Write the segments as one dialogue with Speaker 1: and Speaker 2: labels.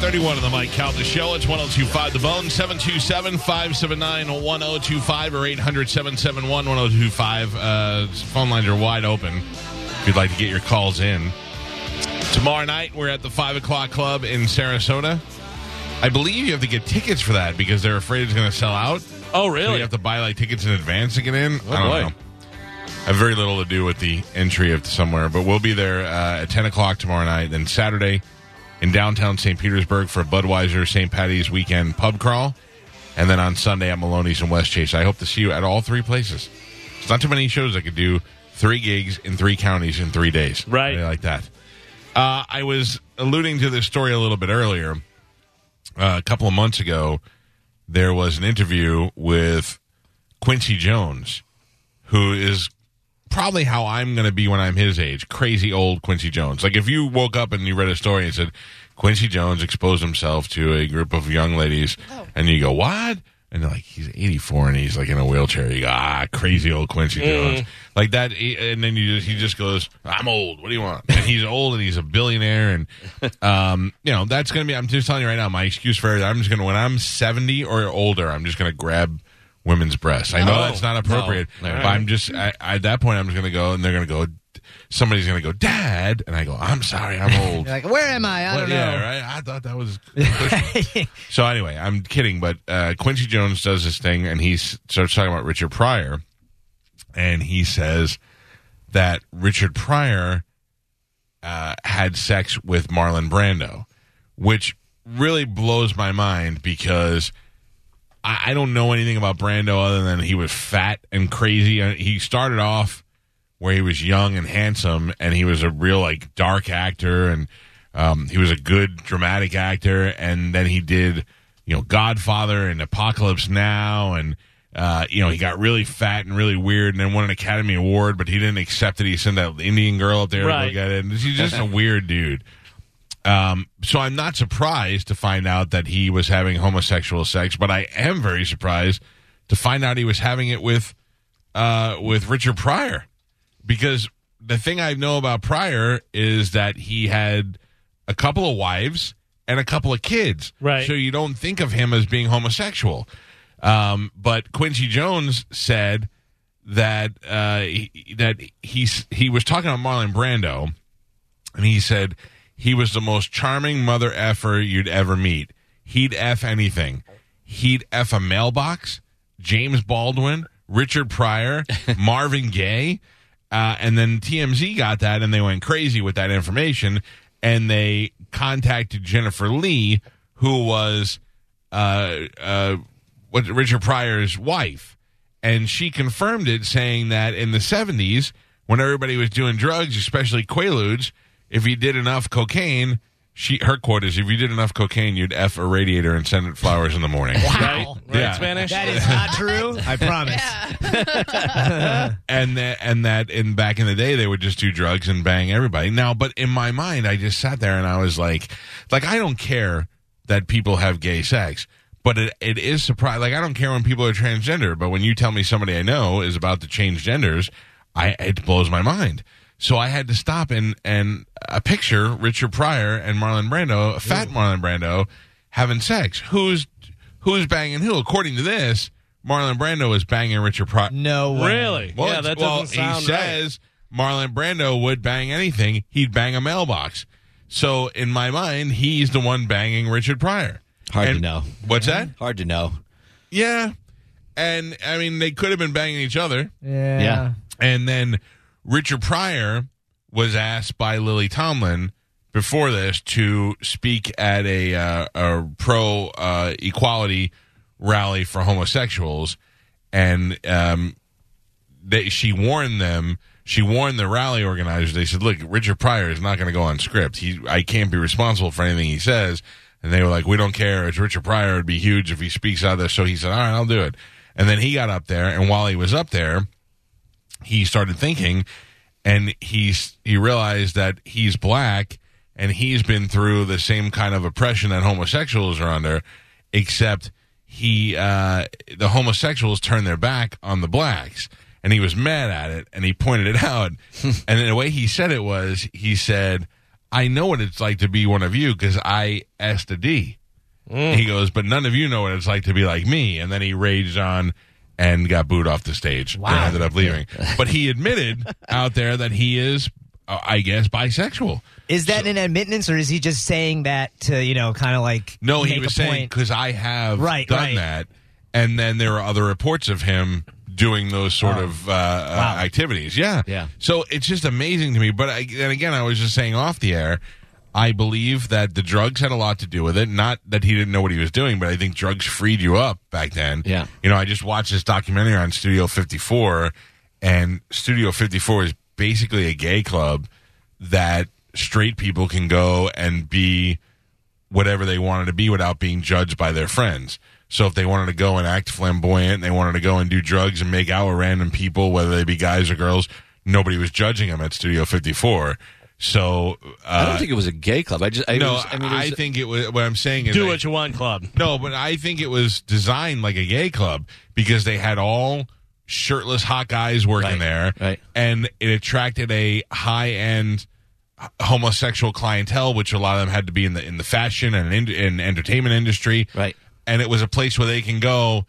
Speaker 1: 31 on the Mike Caldas Show. It's 1025 The Bone, 727 579 1025 or 800 771 1025. Uh, Phone lines are wide open if you'd like to get your calls in. Tomorrow night, we're at the 5 o'clock club in Sarasota. I believe you have to get tickets for that because they're afraid it's going to sell out. So
Speaker 2: Oh, really?
Speaker 1: you have to buy like tickets in advance to get in.
Speaker 2: Oh,
Speaker 1: I don't
Speaker 2: boy.
Speaker 1: know. I have very little to do with the entry of somewhere, but we'll be there uh, at ten o'clock tomorrow night. Then Saturday in downtown St. Petersburg for Budweiser St. Patty's weekend pub crawl, and then on Sunday at Maloney's in West Chase. I hope to see you at all three places. It's not too many shows I could do three gigs in three counties in three days,
Speaker 2: Right.
Speaker 1: Something like that. Uh, I was alluding to this story a little bit earlier. Uh, a couple of months ago, there was an interview with Quincy Jones, who is probably how I'm going to be when I'm his age. Crazy old Quincy Jones. Like if you woke up and you read a story and said Quincy Jones exposed himself to a group of young ladies, and you go, "What?" And they're like, "He's 84 and he's like in a wheelchair." You go, "Ah, crazy old Quincy Jones." Like that, he- and then you just, he just goes, "I'm old. What do you want?" And he's old and he's a billionaire, and um, you know that's going to be. I'm just telling you right now, my excuse for it. I'm just going to when I'm 70 or older, I'm just going to grab women's breasts. I know
Speaker 2: No.
Speaker 1: that's not appropriate,
Speaker 2: No.
Speaker 1: but I'm just I, I- at that point. I'm just going to go, and they're going to go. Somebody's going to go, Dad, and I go, I'm sorry, I'm old.
Speaker 3: You're like, where am I? I
Speaker 1: Well,
Speaker 3: don't
Speaker 1: yeah,
Speaker 3: know.
Speaker 1: right. I thought that was. so anyway, I'm kidding, but uh, Quincy Jones does this thing, and he s- starts talking about Richard Pryor, and he says that Richard Pryor uh, had sex with Marlon Brando, which really blows my mind because. I I don't know anything about Brando other than he was fat and crazy. Uh, He started off where he was young and handsome, and he was a real like dark actor, and um, he was a good dramatic actor. And then he did, you know, Godfather and Apocalypse Now, and uh, you know he got really fat and really weird, and then won an Academy Award, but he didn't accept it. He sent that Indian girl up there to
Speaker 2: Right.
Speaker 1: go get it. And he's just a weird dude. Um, so I'm not surprised to find out that he was having homosexual sex, but I am very surprised to find out he was having it with uh, with Richard Pryor, because the thing I know about Pryor is that he had a couple of wives and a couple of kids,
Speaker 2: Right.
Speaker 1: So you don't think of him as being homosexual. Um, but Quincy Jones said that uh, he, that he he was talking about Marlon Brando and he said he was the most charming mother effer you'd ever meet. He'd f anything. He'd f a mailbox. James Baldwin, Richard Pryor, Marvin Gaye, uh, and then TMZ got that and they went crazy with that information and they contacted Jennifer Lee, who was uh, uh, what Richard Pryor's wife, and she confirmed it, saying that in the seventies, when everybody was doing drugs, especially quaaludes, if you did enough cocaine, she her quote is, "If you did enough cocaine, you'd f a radiator and send it flowers in the morning."
Speaker 2: Right?
Speaker 3: Wow.
Speaker 2: Right,
Speaker 1: Yeah.
Speaker 2: Spanish?
Speaker 3: That is not true. I promise.
Speaker 1: and that and that in back in the day they would just do drugs and bang everybody. Now, but in my mind, I just sat there and I was like, like I don't care that people have gay sex, but it it is surprising. Like I don't care when people are transgender, but when you tell me somebody I know is about to change genders, I it blows my mind. So I had to stop and and uh, picture Richard Pryor and Marlon Brando, fat Marlon Brando, having sex. Who's who's banging who? According to this, Marlon Brando is banging Richard Pryor.
Speaker 3: No way.
Speaker 2: Really?
Speaker 1: Well,
Speaker 2: yeah,
Speaker 1: it's-
Speaker 2: that doesn't
Speaker 1: well,
Speaker 2: sound
Speaker 1: he
Speaker 2: right.
Speaker 1: says Marlon Brando would bang anything. He'd bang a mailbox. So in my mind, he's the one banging Richard Pryor.
Speaker 4: Hard to
Speaker 1: And-
Speaker 4: know.
Speaker 1: What's that?
Speaker 4: Hard to know.
Speaker 1: Yeah, and I mean they could have been banging each other.
Speaker 3: Yeah.
Speaker 4: Yeah.
Speaker 1: And then Richard Pryor was asked by Lily Tomlin before this to speak at a, uh, a pro uh, equality rally for homosexuals, and um, they, she warned them. She warned the rally organizers. They said, "Look, Richard Pryor is not going to go on script. He, I can't be responsible for anything he says." And they were like, "We don't care. It's Richard Pryor. It'd be huge if he speaks out there." So he said, "All right, I'll do it." And then he got up there, and while he was up there, he started thinking and he's he realized that he's black and he's been through the same kind of oppression that homosexuals are under except he uh the homosexuals turned their back on the blacks and he was mad at it and he pointed it out and the way he said it was he said I know what it's like to be one of you because I asked a D. He goes, but none of you know what it's like to be like me. And then he raged on and got booed off the stage and ended up leaving. but he admitted out there that he is, uh, I guess, bisexual.
Speaker 2: Is that an admittance, or is he just saying that to you know, kind of like
Speaker 1: No, he
Speaker 2: make
Speaker 1: was
Speaker 2: a
Speaker 1: saying
Speaker 2: point?
Speaker 1: because I have
Speaker 2: Right,
Speaker 1: done
Speaker 2: right.
Speaker 1: that, and then there are other reports of him doing those
Speaker 2: Oh.
Speaker 1: sort of uh, uh, activities. Yeah,
Speaker 4: Yeah.
Speaker 1: So it's just amazing to me. But I, and again, I was just saying off the air. I believe that the drugs had a lot to do with it. Not that he didn't know what he was doing, but I think drugs freed you up back then.
Speaker 4: Yeah.
Speaker 1: You know, I just watched this documentary on Studio 54, and Studio 54 is basically a gay club that straight people can go and be whatever they wanted to be without being judged by their friends. So if they wanted to go and act flamboyant, they wanted to go and do drugs and make out with random people, whether they be guys or girls, nobody was judging them at Studio 54. So
Speaker 4: I don't
Speaker 1: uh,
Speaker 4: think it was a gay club. I just I,
Speaker 1: no,
Speaker 4: was-
Speaker 1: I,
Speaker 4: I mean, it was-
Speaker 1: think it was. What I'm saying is,
Speaker 5: Do
Speaker 1: I-
Speaker 5: what you want, club.
Speaker 1: no, but I think it was designed like a gay club because they had all shirtless hot guys working
Speaker 4: Right,
Speaker 1: there,
Speaker 4: right.
Speaker 1: and it attracted a high end homosexual clientele, which a lot of them had to be in the in the fashion and in, in entertainment industry,
Speaker 4: Right.
Speaker 1: And it was a place where they can go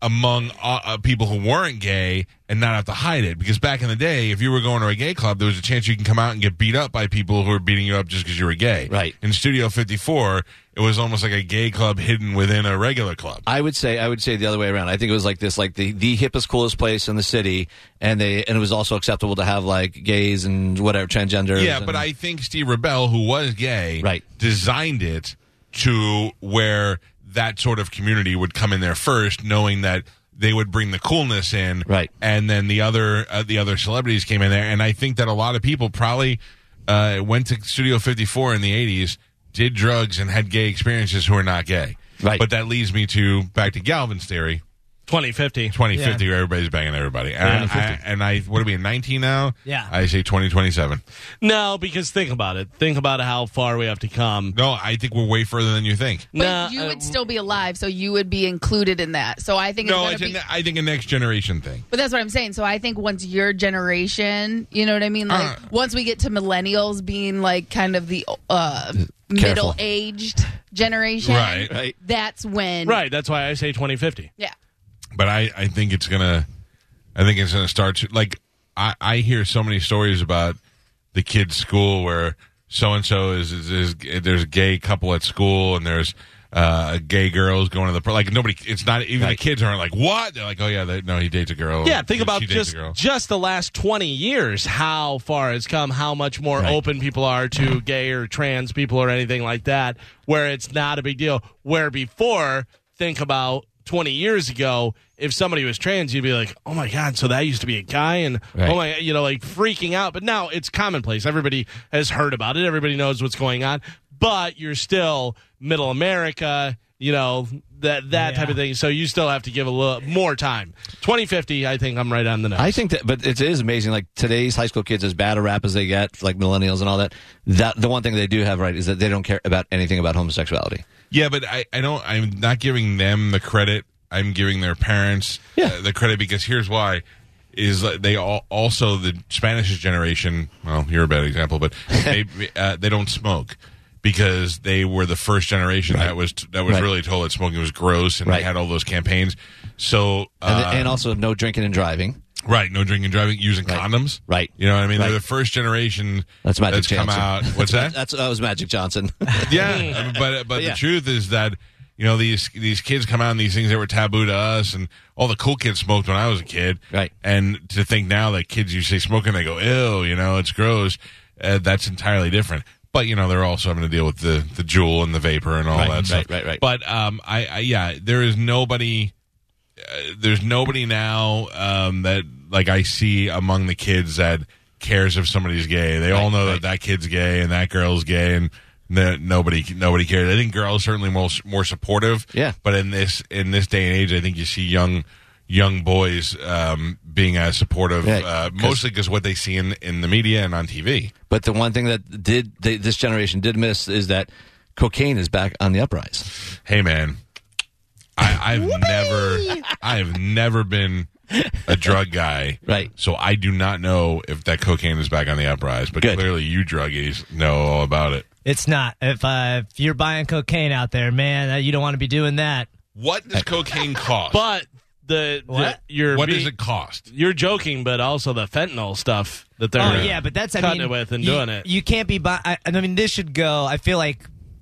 Speaker 1: among uh, uh, people who weren't gay and not have to hide it because back in the day if you were going to a gay club there was a chance you can come out and get beat up by people who were beating you up just because you were gay
Speaker 4: Right.
Speaker 1: in Studio 54, it was almost like a gay club hidden within a regular club.
Speaker 4: I would say I would say the other way around. I think it was like this, like the the hippest, coolest place in the city, and they and it was also acceptable to have like gays and whatever transgender.
Speaker 1: Yeah, but I think Steve Rebell, who was gay,
Speaker 4: Right.
Speaker 1: designed it to where that sort of community would come in there first, knowing that they would bring the coolness in,
Speaker 4: Right.
Speaker 1: And then the other uh, the other celebrities came in there, and I think that a lot of people probably uh, went to Studio 54 in the 80s, did drugs, and had gay experiences who are not gay.
Speaker 4: Right.
Speaker 1: But that leads me to back to Galvin's theory.
Speaker 5: 2050.
Speaker 1: 2050 where everybody's banging everybody. And, I, and I, what are we in 19 now?
Speaker 2: Yeah.
Speaker 1: I say 2027.
Speaker 5: No, because think about it. Think about how far we have to come.
Speaker 1: No, I think we're way further than you think.
Speaker 6: But
Speaker 5: Nah,
Speaker 6: you
Speaker 5: uh,
Speaker 6: would still be alive, so you would be included in that. So I think
Speaker 1: No,
Speaker 6: it's
Speaker 1: it's
Speaker 6: gonna
Speaker 1: a,
Speaker 6: be.
Speaker 1: I think a next generation thing.
Speaker 6: But that's what I'm saying. So I think once your generation, you know what I mean? Like
Speaker 1: Uh.
Speaker 6: once we get to millennials being like kind of the uh,
Speaker 4: Careful.
Speaker 6: middle aged generation,
Speaker 1: Right.
Speaker 4: Right.
Speaker 6: That's when,
Speaker 5: Right. That's why I say 2050.
Speaker 6: Yeah.
Speaker 1: But I, I think it's going to, I think it's going to start to, like, I, I hear so many stories about the kids' school where so and so is, is, is, there's a gay couple at school and there's, uh, gay girls going to the pro- like nobody. It's not even the kids aren't like what they're like. Oh yeah, they, no, he dates a girl.
Speaker 5: Yeah, think
Speaker 1: She
Speaker 5: about
Speaker 1: dates a
Speaker 5: just
Speaker 1: girl.
Speaker 5: just the last 20 years, how far it's come, how much more open people are to gay or trans people or anything like that, where it's not a big deal. Where before, think about 20 years ago, if somebody was trans, you'd be like, oh my God, so that used to be a guy, and
Speaker 4: Right.
Speaker 5: oh my, you know, like freaking out. But now it's commonplace. Everybody has heard about it, everybody knows what's going on, but you're still middle America. You know that that type of thing. So you still have to give a little more time. Twenty fifty, I think I'm right on the nose.
Speaker 4: I think that, but it is amazing. Like today's high school kids, as bad a rap as they get, like millennials and all that, that the one thing they do have right is that they don't care about anything about homosexuality.
Speaker 1: Yeah, but I, I don't. I'm not giving them the credit. I'm giving their parents
Speaker 4: Yeah.
Speaker 1: uh, the credit because here's why: is that they all also the Spanish generation. Well, you're a bad example, but they uh, they don't smoke because they were the first generation that was that was
Speaker 4: Right.
Speaker 1: really told that smoking was gross, and
Speaker 4: Right.
Speaker 1: they had all those campaigns. So
Speaker 4: And,
Speaker 1: uh,
Speaker 4: and also, no drinking and driving.
Speaker 1: Right, no drinking and driving, using condoms.
Speaker 4: Right.
Speaker 1: You know what I mean?
Speaker 4: Right.
Speaker 1: They're the first generation
Speaker 4: That's Magic
Speaker 1: that's come
Speaker 4: Johnson.
Speaker 1: out. What's that?
Speaker 4: That's that was Magic Johnson.
Speaker 1: Yeah, I mean, but but
Speaker 4: yeah.
Speaker 1: the truth is that you know these these kids come out and these things that were taboo to us, and all the cool kids smoked when I was a kid,
Speaker 4: Right.
Speaker 1: And to think now that kids you say smoking, they go ew, you know, it's gross. Uh, that's entirely different. But you know they're also having to deal with the the jewel and the vapor and all
Speaker 4: Right,
Speaker 1: that
Speaker 4: right,
Speaker 1: stuff.
Speaker 4: right, right.
Speaker 1: But um, I, I yeah, there is nobody. Uh, there's nobody now um, that like I see among the kids that cares if somebody's gay. They all know that that kid's gay and that girl's gay, and no, nobody nobody cares. I think girls certainly more more supportive.
Speaker 4: Yeah.
Speaker 1: but in this in this day and age, I think you see young young boys um, being as supportive,
Speaker 4: Yeah,
Speaker 1: uh,
Speaker 4: 'cause-
Speaker 1: mostly because what they see in in the media and on TV.
Speaker 4: but the one thing that did they, this generation did miss is that cocaine is back on the uprise.
Speaker 1: Hey, man, I, I've never I have never been a drug guy.
Speaker 4: Right.
Speaker 1: So I do not know if that cocaine is back on the uprise, but
Speaker 4: Good.
Speaker 1: clearly you druggies know all about it.
Speaker 2: It's not. If uh, if you're buying cocaine out there, man, uh, you don't want to be doing that.
Speaker 1: What does cocaine cost?
Speaker 5: But the, the-
Speaker 2: What?
Speaker 5: you're
Speaker 1: what
Speaker 5: be-
Speaker 1: does it cost?
Speaker 5: You're joking, but also the fentanyl stuff that they're
Speaker 2: Oh yeah, but that's I
Speaker 5: cutting
Speaker 2: mean,
Speaker 5: it with and
Speaker 2: you,
Speaker 5: doing it.
Speaker 2: You can't be buy. I, I mean, this should go. I feel like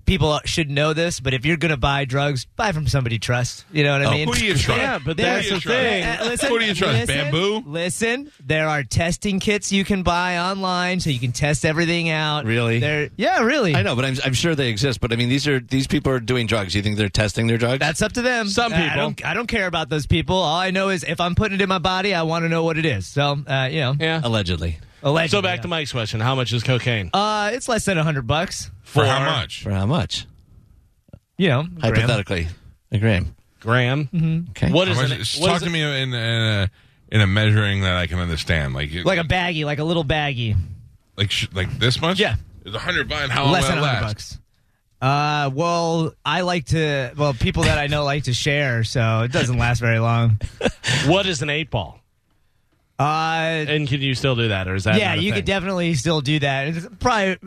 Speaker 2: people should know this, but if you're gonna buy drugs, buy from somebody you trust. You know what I mean?
Speaker 1: Who do you trust?
Speaker 5: Yeah, but
Speaker 1: Who do
Speaker 5: that's
Speaker 1: you
Speaker 5: the
Speaker 1: trust?
Speaker 5: thing.
Speaker 2: Uh, listen,
Speaker 1: Who do you trust?
Speaker 2: listen,
Speaker 1: Bamboo?
Speaker 2: Listen, there are testing kits you can buy online, so you can test everything out.
Speaker 4: Really?
Speaker 2: There, yeah, really.
Speaker 4: I know, but I'm, I'm sure they exist. But I mean, these are these people are doing drugs. You think they're testing their drugs?
Speaker 2: That's up to them.
Speaker 5: Some
Speaker 2: Uh, I
Speaker 5: people.
Speaker 2: don't, I don't care about those people. All I know is if I'm putting it in my body, I want to know what it is. So, uh, you know,
Speaker 5: yeah.
Speaker 4: allegedly.
Speaker 2: allegedly,
Speaker 5: So back to Mike's question: How much is cocaine?
Speaker 2: Uh, it's less than hundred bucks.
Speaker 1: For how much?
Speaker 4: For how much?
Speaker 2: You know,
Speaker 4: Hypothetically, a gram.
Speaker 5: Gram.
Speaker 2: Mm-hmm.
Speaker 4: Okay.
Speaker 5: What
Speaker 1: How
Speaker 5: is
Speaker 1: much-
Speaker 5: an- what
Speaker 1: Talk
Speaker 5: is
Speaker 1: to
Speaker 5: it-
Speaker 1: me in in a, in a measuring that I can understand. Like
Speaker 2: like a baggie, like a little baggie,
Speaker 1: like sh- like this much?
Speaker 2: Yeah.
Speaker 1: It's a hundred buying
Speaker 5: Oh,
Speaker 1: how long
Speaker 2: less
Speaker 1: will
Speaker 2: than
Speaker 1: it
Speaker 2: hundred
Speaker 1: last?
Speaker 2: bucks. Uh, well, I like to. Well, people that I know like to share, so it doesn't last very long.
Speaker 5: What is an eight ball?
Speaker 2: Uh,
Speaker 5: And can you still do that, or is that
Speaker 2: yeah,
Speaker 5: not a
Speaker 2: you
Speaker 5: thing?
Speaker 2: could definitely still do that. It's probably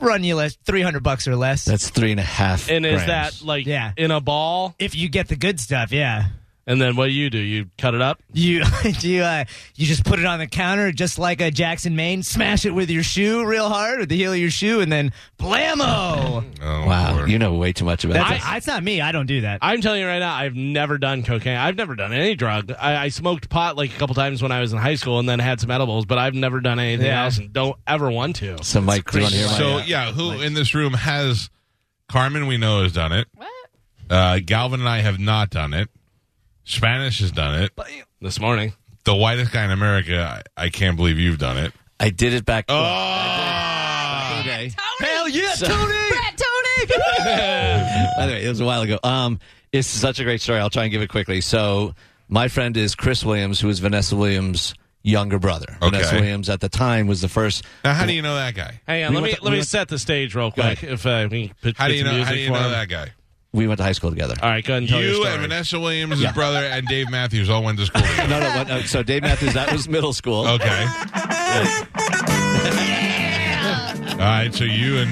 Speaker 2: run you less three hundred bucks or less
Speaker 4: That's three and a half.
Speaker 5: And is
Speaker 4: grams.
Speaker 5: that like
Speaker 2: Yeah.
Speaker 5: in a ball?
Speaker 2: if you get the good stuff. Yeah.
Speaker 5: And then what do you do? You cut it up?
Speaker 2: You you uh, you just put it on the counter just like a Jackson Maine, smash it with your shoe real hard with the heel of your shoe, and then blammo.
Speaker 1: Oh,
Speaker 4: Wow,
Speaker 1: Lord.
Speaker 4: you know way too much about
Speaker 2: That's,
Speaker 4: this.
Speaker 2: that's not me. I don't do that.
Speaker 5: I'm telling you right now, I've never done cocaine. I've never done any drug. I, I smoked pot like a couple times when I was in high school, and then had some edibles. But I've never done anything
Speaker 2: Yeah.
Speaker 5: else, and don't ever want to.
Speaker 4: so, Mike, do you want to hear my?
Speaker 1: So yeah, who in this room has Carmen? We know has done it.
Speaker 6: What?
Speaker 1: Uh, Galvin and I have not done it. Spanish has done it.
Speaker 5: This morning,
Speaker 1: The whitest guy in America. I, I can't believe you've done it.
Speaker 4: I did it back.
Speaker 1: Oh,
Speaker 4: Okay.
Speaker 6: Tony! Hell yeah,
Speaker 4: Tony!
Speaker 6: Brett Tony!
Speaker 4: By the way, it was a while ago. Um, it's such a great story. I'll try and give it quickly. So, my friend is Chris Williams, who is Vanessa Williams' younger brother.
Speaker 1: Okay.
Speaker 4: Vanessa Williams at the time was the first.
Speaker 1: now how do you know that guy?
Speaker 5: hang on.
Speaker 4: We
Speaker 5: let me
Speaker 4: went to-
Speaker 5: let
Speaker 4: we
Speaker 5: me
Speaker 4: went-
Speaker 5: set the stage real
Speaker 4: Go
Speaker 5: quick. If uh, we can put,
Speaker 1: How
Speaker 5: put
Speaker 1: do you
Speaker 5: some
Speaker 1: know?
Speaker 5: music
Speaker 1: How do you
Speaker 5: for
Speaker 1: know
Speaker 5: him.
Speaker 1: that guy?
Speaker 4: We went to high school together.
Speaker 5: All right, go ahead and tell your
Speaker 1: You
Speaker 5: story.
Speaker 1: and Vanessa Williams'
Speaker 4: Yeah.
Speaker 1: brother and Dave Matthews all went to school together.
Speaker 4: No, no, what, no. So Dave Matthews, that was middle school.
Speaker 1: Okay. All right, so you and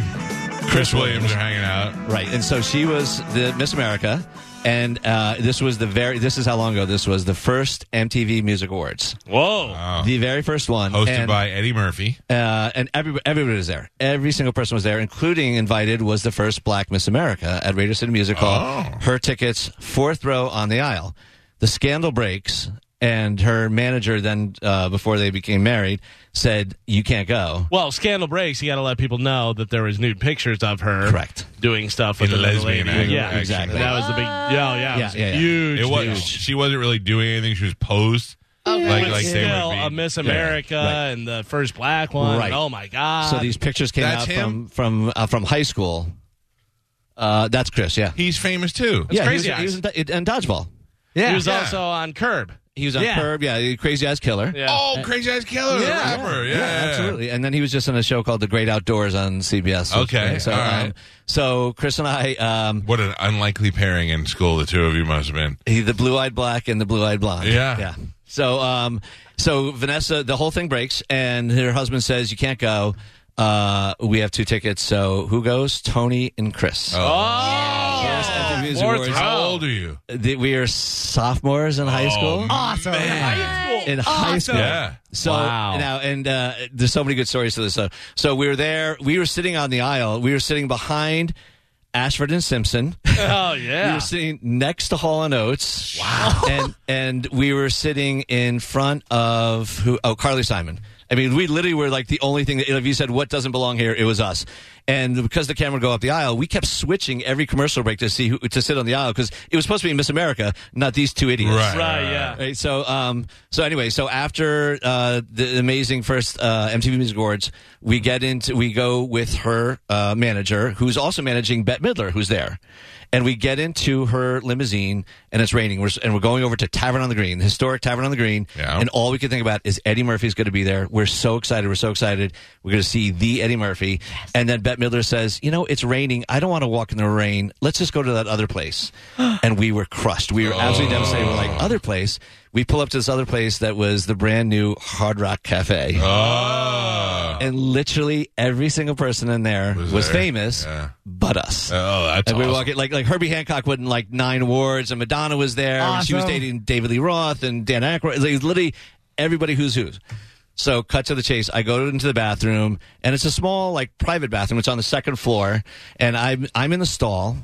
Speaker 1: Chris Williams are hanging out.
Speaker 4: Right, and so she was the Miss America, and uh, this was the very. This is how long ago this was. The first MTV Music Awards,
Speaker 5: Whoa.
Speaker 1: Uh.
Speaker 4: the very first one,
Speaker 1: Oh. Hosted
Speaker 4: and,
Speaker 1: by Eddie Murphy.
Speaker 4: uh, and everybody, everybody was there. Every single person was there, including invited was the first Black Miss America at Radio City Music Hall.
Speaker 1: Oh.
Speaker 4: Her tickets, fourth row on the aisle. The scandal breaks, and her manager then, uh, before they became married, said, "You can't go."
Speaker 5: Well, scandal breaks. You got to let people know that there was nude pictures of her
Speaker 4: Correct.
Speaker 5: doing stuff with
Speaker 1: In
Speaker 5: another
Speaker 1: lesbian
Speaker 5: lady.
Speaker 1: act-
Speaker 5: Yeah,
Speaker 1: action.
Speaker 4: Exactly.
Speaker 5: That was the big. Yeah, yeah, it
Speaker 4: Yeah,
Speaker 5: was
Speaker 4: yeah, yeah.
Speaker 5: huge.
Speaker 1: It was.
Speaker 5: deal.
Speaker 1: She wasn't really doing anything. She was posed. Like,
Speaker 5: But
Speaker 1: like they
Speaker 5: still,
Speaker 1: would be.
Speaker 5: a Miss America
Speaker 4: right.
Speaker 5: and the first black one.
Speaker 4: Right.
Speaker 5: Oh my God!
Speaker 4: So these pictures came
Speaker 1: That's
Speaker 4: out
Speaker 1: him?
Speaker 4: from from uh, from high school. Uh, that's Chris. Yeah,
Speaker 1: He's famous too.
Speaker 5: Crazy
Speaker 4: yeah. he was, he
Speaker 5: Eyes.
Speaker 4: was in, Do- in dodgeball.
Speaker 5: he
Speaker 2: Yeah.
Speaker 5: was
Speaker 1: Yeah.
Speaker 5: also on Curb.
Speaker 4: He was on
Speaker 2: Yeah.
Speaker 4: Curb. Yeah, he- Crazy Eyes Killer.
Speaker 5: Yeah.
Speaker 1: Oh, Crazy Eyes Killer, the rapper. Yeah,
Speaker 4: absolutely. And then he was just on a show called The Great Outdoors on CBS.
Speaker 1: Okay,
Speaker 4: so
Speaker 1: all right.
Speaker 4: um, so Chris and I, um,
Speaker 1: What an unlikely pairing in school. The two of you must have been.
Speaker 4: he, the blue-eyed black and the blue-eyed blonde.
Speaker 1: Yeah.
Speaker 4: yeah. So um, so Vanessa, the whole thing breaks, and her husband says, "You can't go." Uh, we have two tickets. So who goes? Tony and Chris.
Speaker 1: Oh.
Speaker 4: At the Music
Speaker 5: Fourth
Speaker 4: Awards.
Speaker 1: How old are you?
Speaker 4: The- we are sophomores in
Speaker 1: Oh.
Speaker 4: high school.
Speaker 1: Awesome.
Speaker 4: in high school.
Speaker 1: Yeah.
Speaker 4: So
Speaker 5: Wow.
Speaker 4: now, and uh, there's so many good stories to this. So, so we were there. We were sitting on the aisle. We were sitting behind Ashford and Simpson.
Speaker 5: Oh
Speaker 4: We
Speaker 5: yeah.
Speaker 4: were sitting next to Hall and Oates. Wow. And and we were sitting in front of who? Oh, Carly Simon. I mean, we literally were like the only thing that if you said what doesn't belong here, it was us. And because the camera would go up the aisle, we kept switching every commercial break to see who, to sit on the aisle because it was supposed to be Miss America, not these two idiots.
Speaker 1: Right.
Speaker 5: Right. Yeah.
Speaker 4: Right, so, um, so anyway, so after uh, the amazing first uh, MTV Music Awards, we get into we go with her uh, manager, who's also managing Bette Midler, who's there, and we get into her limousine, and it's raining, we're, s- and we're going over to Tavern on the Green, the historic Tavern on the Green,
Speaker 1: Yeah.
Speaker 4: and all we could think about is Eddie Murphy's going to be there. We're so excited, we're so excited, we're going to see the Eddie Murphy, and then Bette Bette Midler says, "You know, it's raining. I don't want to walk in the rain. Let's just go to that other place." and we were crushed. We were absolutely devastated. We're like,
Speaker 1: Oh.
Speaker 4: "Other place?" We pull up to this other place that was the brand new Hard Rock Cafe,
Speaker 1: Oh.
Speaker 4: and literally every single person in there was,
Speaker 1: there.
Speaker 4: famous,
Speaker 1: Yeah.
Speaker 4: but us.
Speaker 1: Oh, that's
Speaker 4: And we
Speaker 1: awesome.
Speaker 4: walk it like like Herbie Hancock won like nine awards, and Madonna was there, and she was
Speaker 2: Awesome.
Speaker 4: dating David Lee Roth and Dan Aykroyd. Like, literally everybody who's who's. So cut to the chase. I go into the bathroom, and it's a small like private bathroom. It's on the second floor, and I'm I'm in the stall,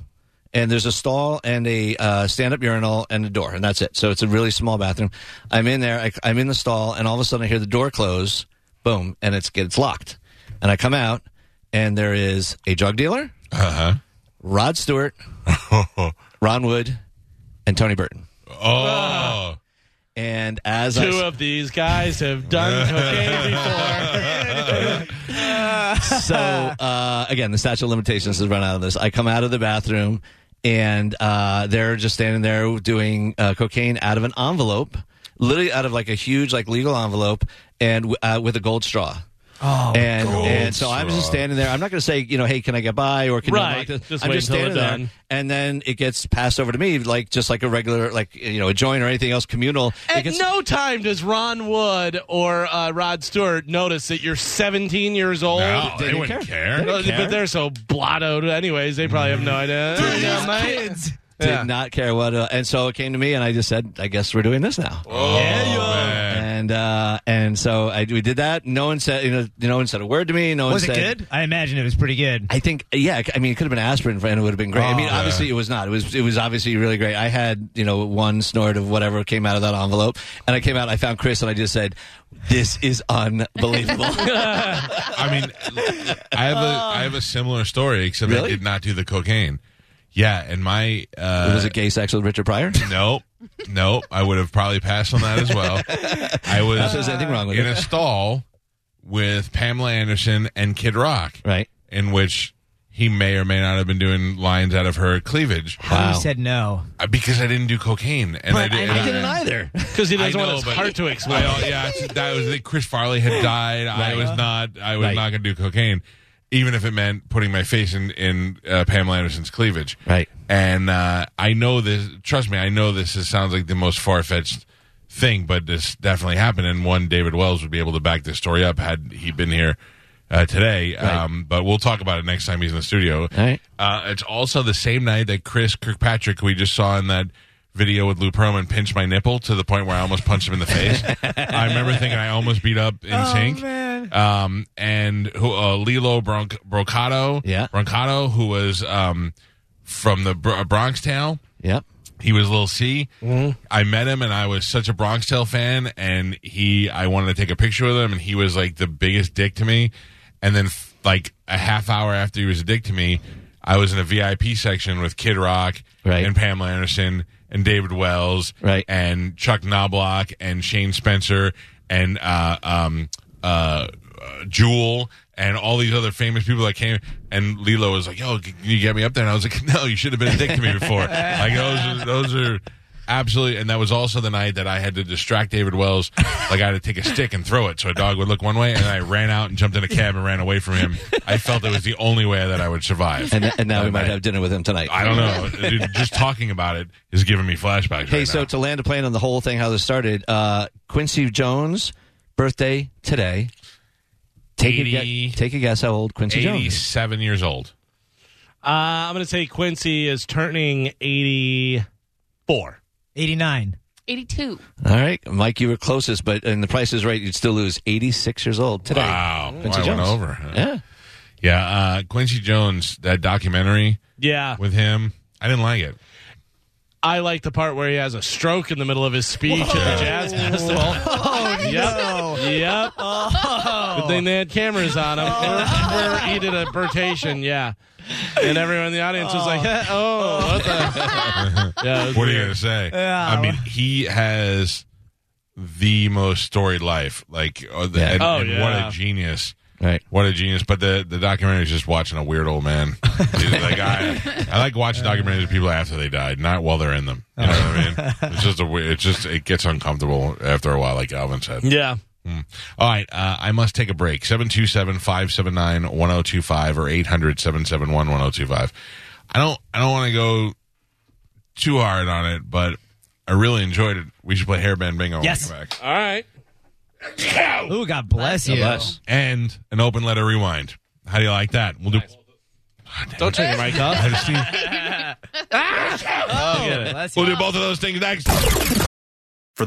Speaker 4: and there's a stall and a uh, stand up urinal and a door, and that's it. So it's a really small bathroom. I'm in there. I, I'm in the stall, and all of a sudden I hear the door close. Boom, and it's it's locked, and I come out, and there is a drug dealer. Rod Stewart, Ron Wood, and Tony Burton.
Speaker 1: Oh.
Speaker 4: And as I
Speaker 5: Two
Speaker 4: s-
Speaker 5: of these guys have done cocaine before.
Speaker 4: so uh, again, the statute of limitations has run out of this. I come out of the bathroom, and uh, they're just standing there doing uh, cocaine out of an envelope, literally out of like a huge like legal envelope, and w- uh, with a gold straw. Oh, and, and so I'm just standing there. I'm not going to say, you know, hey, can I get by or can
Speaker 5: Right.
Speaker 4: you unlock this?
Speaker 5: Just
Speaker 4: I'm
Speaker 5: wait
Speaker 4: just
Speaker 5: until
Speaker 4: standing
Speaker 5: they're
Speaker 4: there,
Speaker 5: done.
Speaker 4: and then it gets passed over to me, like just like a regular, like you know, a joint or anything else communal. It
Speaker 5: At
Speaker 4: gets-
Speaker 5: no time does Ron Wood or uh, Rod Stewart notice that you're 17 years old.
Speaker 1: No, they,
Speaker 4: didn't
Speaker 1: wouldn't
Speaker 4: care.
Speaker 1: care.
Speaker 5: Well, But they're so blottoed, anyways. They probably have no idea.
Speaker 1: Mm-hmm.
Speaker 5: Yeah, mate.
Speaker 4: did
Speaker 5: Yeah.
Speaker 4: not care what. Uh, and so it came to me, and I just said, "I guess we're doing this now."
Speaker 1: yeah, you
Speaker 4: And uh, and so I, we did that. No one said, you know, no one said a word to me. No one
Speaker 2: Was it
Speaker 4: said,
Speaker 2: good? I imagine it was pretty good.
Speaker 4: I think, yeah. I mean, it could have been aspirin, and it would have been great. I mean,
Speaker 1: Oh.
Speaker 4: obviously, it was not. It was, it was obviously really great. I had, you know, one snort of whatever came out of that envelope, and I came out. I found Chris, and I just said, "This is unbelievable."
Speaker 1: I mean, I have a I have a similar story, except I
Speaker 4: Really?
Speaker 1: did not do the cocaine. Yeah, and my uh,
Speaker 4: was it gay sex with Richard Pryor?
Speaker 1: Nope. Nope. I would have probably passed on that as well. I was
Speaker 4: Not that there's anything wrong with
Speaker 1: in
Speaker 4: it.
Speaker 1: a stall with Pamela Anderson and Kid Rock,
Speaker 4: Right.
Speaker 1: in which he may or may not have been doing lines out of her cleavage
Speaker 2: How you
Speaker 4: Wow.
Speaker 2: said no.
Speaker 1: uh, because I didn't do cocaine. And
Speaker 2: But
Speaker 1: did,
Speaker 2: I
Speaker 1: and
Speaker 2: didn't
Speaker 4: Either.
Speaker 5: Because he doesn't
Speaker 1: I know,
Speaker 5: want his
Speaker 1: but-
Speaker 5: heart to explode.
Speaker 1: I, yeah, it's- that was Chris Farley had died. I was not. I was
Speaker 4: Right.
Speaker 1: not going to do cocaine, even if it meant putting my face in in uh, Pamela Anderson's cleavage.
Speaker 4: Right.
Speaker 1: And uh, I know this. Trust me, I know this. Is, sounds like the most far fetched thing, but this definitely happened. And one David Wells would be able to back this story up had he been here. Uh, today, um, but we'll talk about it next time he's in the studio.
Speaker 4: All right.
Speaker 1: Uh, it's also the same night that Chris Kirkpatrick, who we just saw in that video with Lou Pearlman, pinched my nipple to the point where I almost punched him in the face. I remember thinking I almost beat up in sync. Um, and who, uh, Lilo Bronc- Brocato,
Speaker 4: Yeah.
Speaker 1: Broncato, who was um, from the Bro- uh, Bronx Tale.
Speaker 4: Yep.
Speaker 1: He was little C. I
Speaker 4: Mm-hmm.
Speaker 1: met him, and I was such a Bronx Tale fan. And he, I wanted to take a picture with him, and he was like the biggest dick to me. And then, f- like a half hour after he was a dick to me, I was in a VIP section with Kid Rock
Speaker 4: Right.
Speaker 1: and Pamela Anderson and David Wells
Speaker 4: Right.
Speaker 1: and Chuck Knoblock and Shane Spencer and uh, um, uh, uh, Jewel and all these other famous people that came. And Lilo was like, "Yo, can you get me up there?" And I was like, "No, you should have been a dick to me before." like those, are, those are absolutely. And that was also the night that I had to distract David Wells. Like I had to take a stick and throw it so a dog would look one way, and I ran out and jumped in a cab and ran away from him. I felt it was the only way that I would survive.
Speaker 4: And, and now we might
Speaker 1: Right.
Speaker 4: have dinner with him tonight.
Speaker 1: I don't know. Dude, just talking about it is giving me flashbacks.
Speaker 4: Hey,
Speaker 1: right
Speaker 4: so
Speaker 1: now.
Speaker 4: to land a plane on the whole thing, how this started, uh, Quincy Jones' birthday today. Take, a,
Speaker 1: 80.
Speaker 4: gue- take a guess how old Quincy Jones is.
Speaker 1: 87 years old.
Speaker 5: Uh, I'm going to say Quincy is turning 84.
Speaker 2: 89.
Speaker 6: 82.
Speaker 4: All right, Mike, you were closest, but and the price is right, you'd still lose. 86 years old today.
Speaker 1: Wow.
Speaker 4: Quincy
Speaker 1: I went
Speaker 4: Jones.
Speaker 1: over.
Speaker 4: Yeah.
Speaker 1: Yeah, uh, Quincy Jones, that documentary
Speaker 5: Yeah.
Speaker 1: with him, I didn't like it.
Speaker 5: I like the part where he has a stroke in the middle of his speech at the Jazz Festival. yep. Yep. Good thing they had cameras on him for, for heated abortation. Yeah. And everyone in the audience was like, "Eh, oh, what the? yeah, it was
Speaker 1: What are you
Speaker 5: weird.
Speaker 1: going to say? I mean, he has the most storied life. Like, uh, the,
Speaker 4: Yeah.
Speaker 1: and,
Speaker 5: Oh,
Speaker 1: and what
Speaker 5: yeah.
Speaker 1: a genius.
Speaker 4: Right.
Speaker 1: What a genius. But the, the documentary is just watching a weird old man. He's like, I, I like watching documentaries of people after they died, not while they're in them. You know what I mean? It's just a weird, it's just, it gets uncomfortable after a while, like Alvin said.
Speaker 5: Yeah.
Speaker 1: All right, uh, I must take a break. 727-579-1025 or 800-771-1025. I don't I don't want to go too hard on it, but I really enjoyed it. We should play hairband bingo when
Speaker 2: Yes.
Speaker 1: we come back.
Speaker 5: All right.
Speaker 2: Ooh, Oh. God bless you.
Speaker 4: Bless.
Speaker 1: And an open letter rewind. How do you like that? We'll do
Speaker 5: Don't turn your mic
Speaker 1: I
Speaker 5: off.
Speaker 1: just need-
Speaker 2: Oh, Bless you.
Speaker 1: we'll do both of those things next.
Speaker 7: For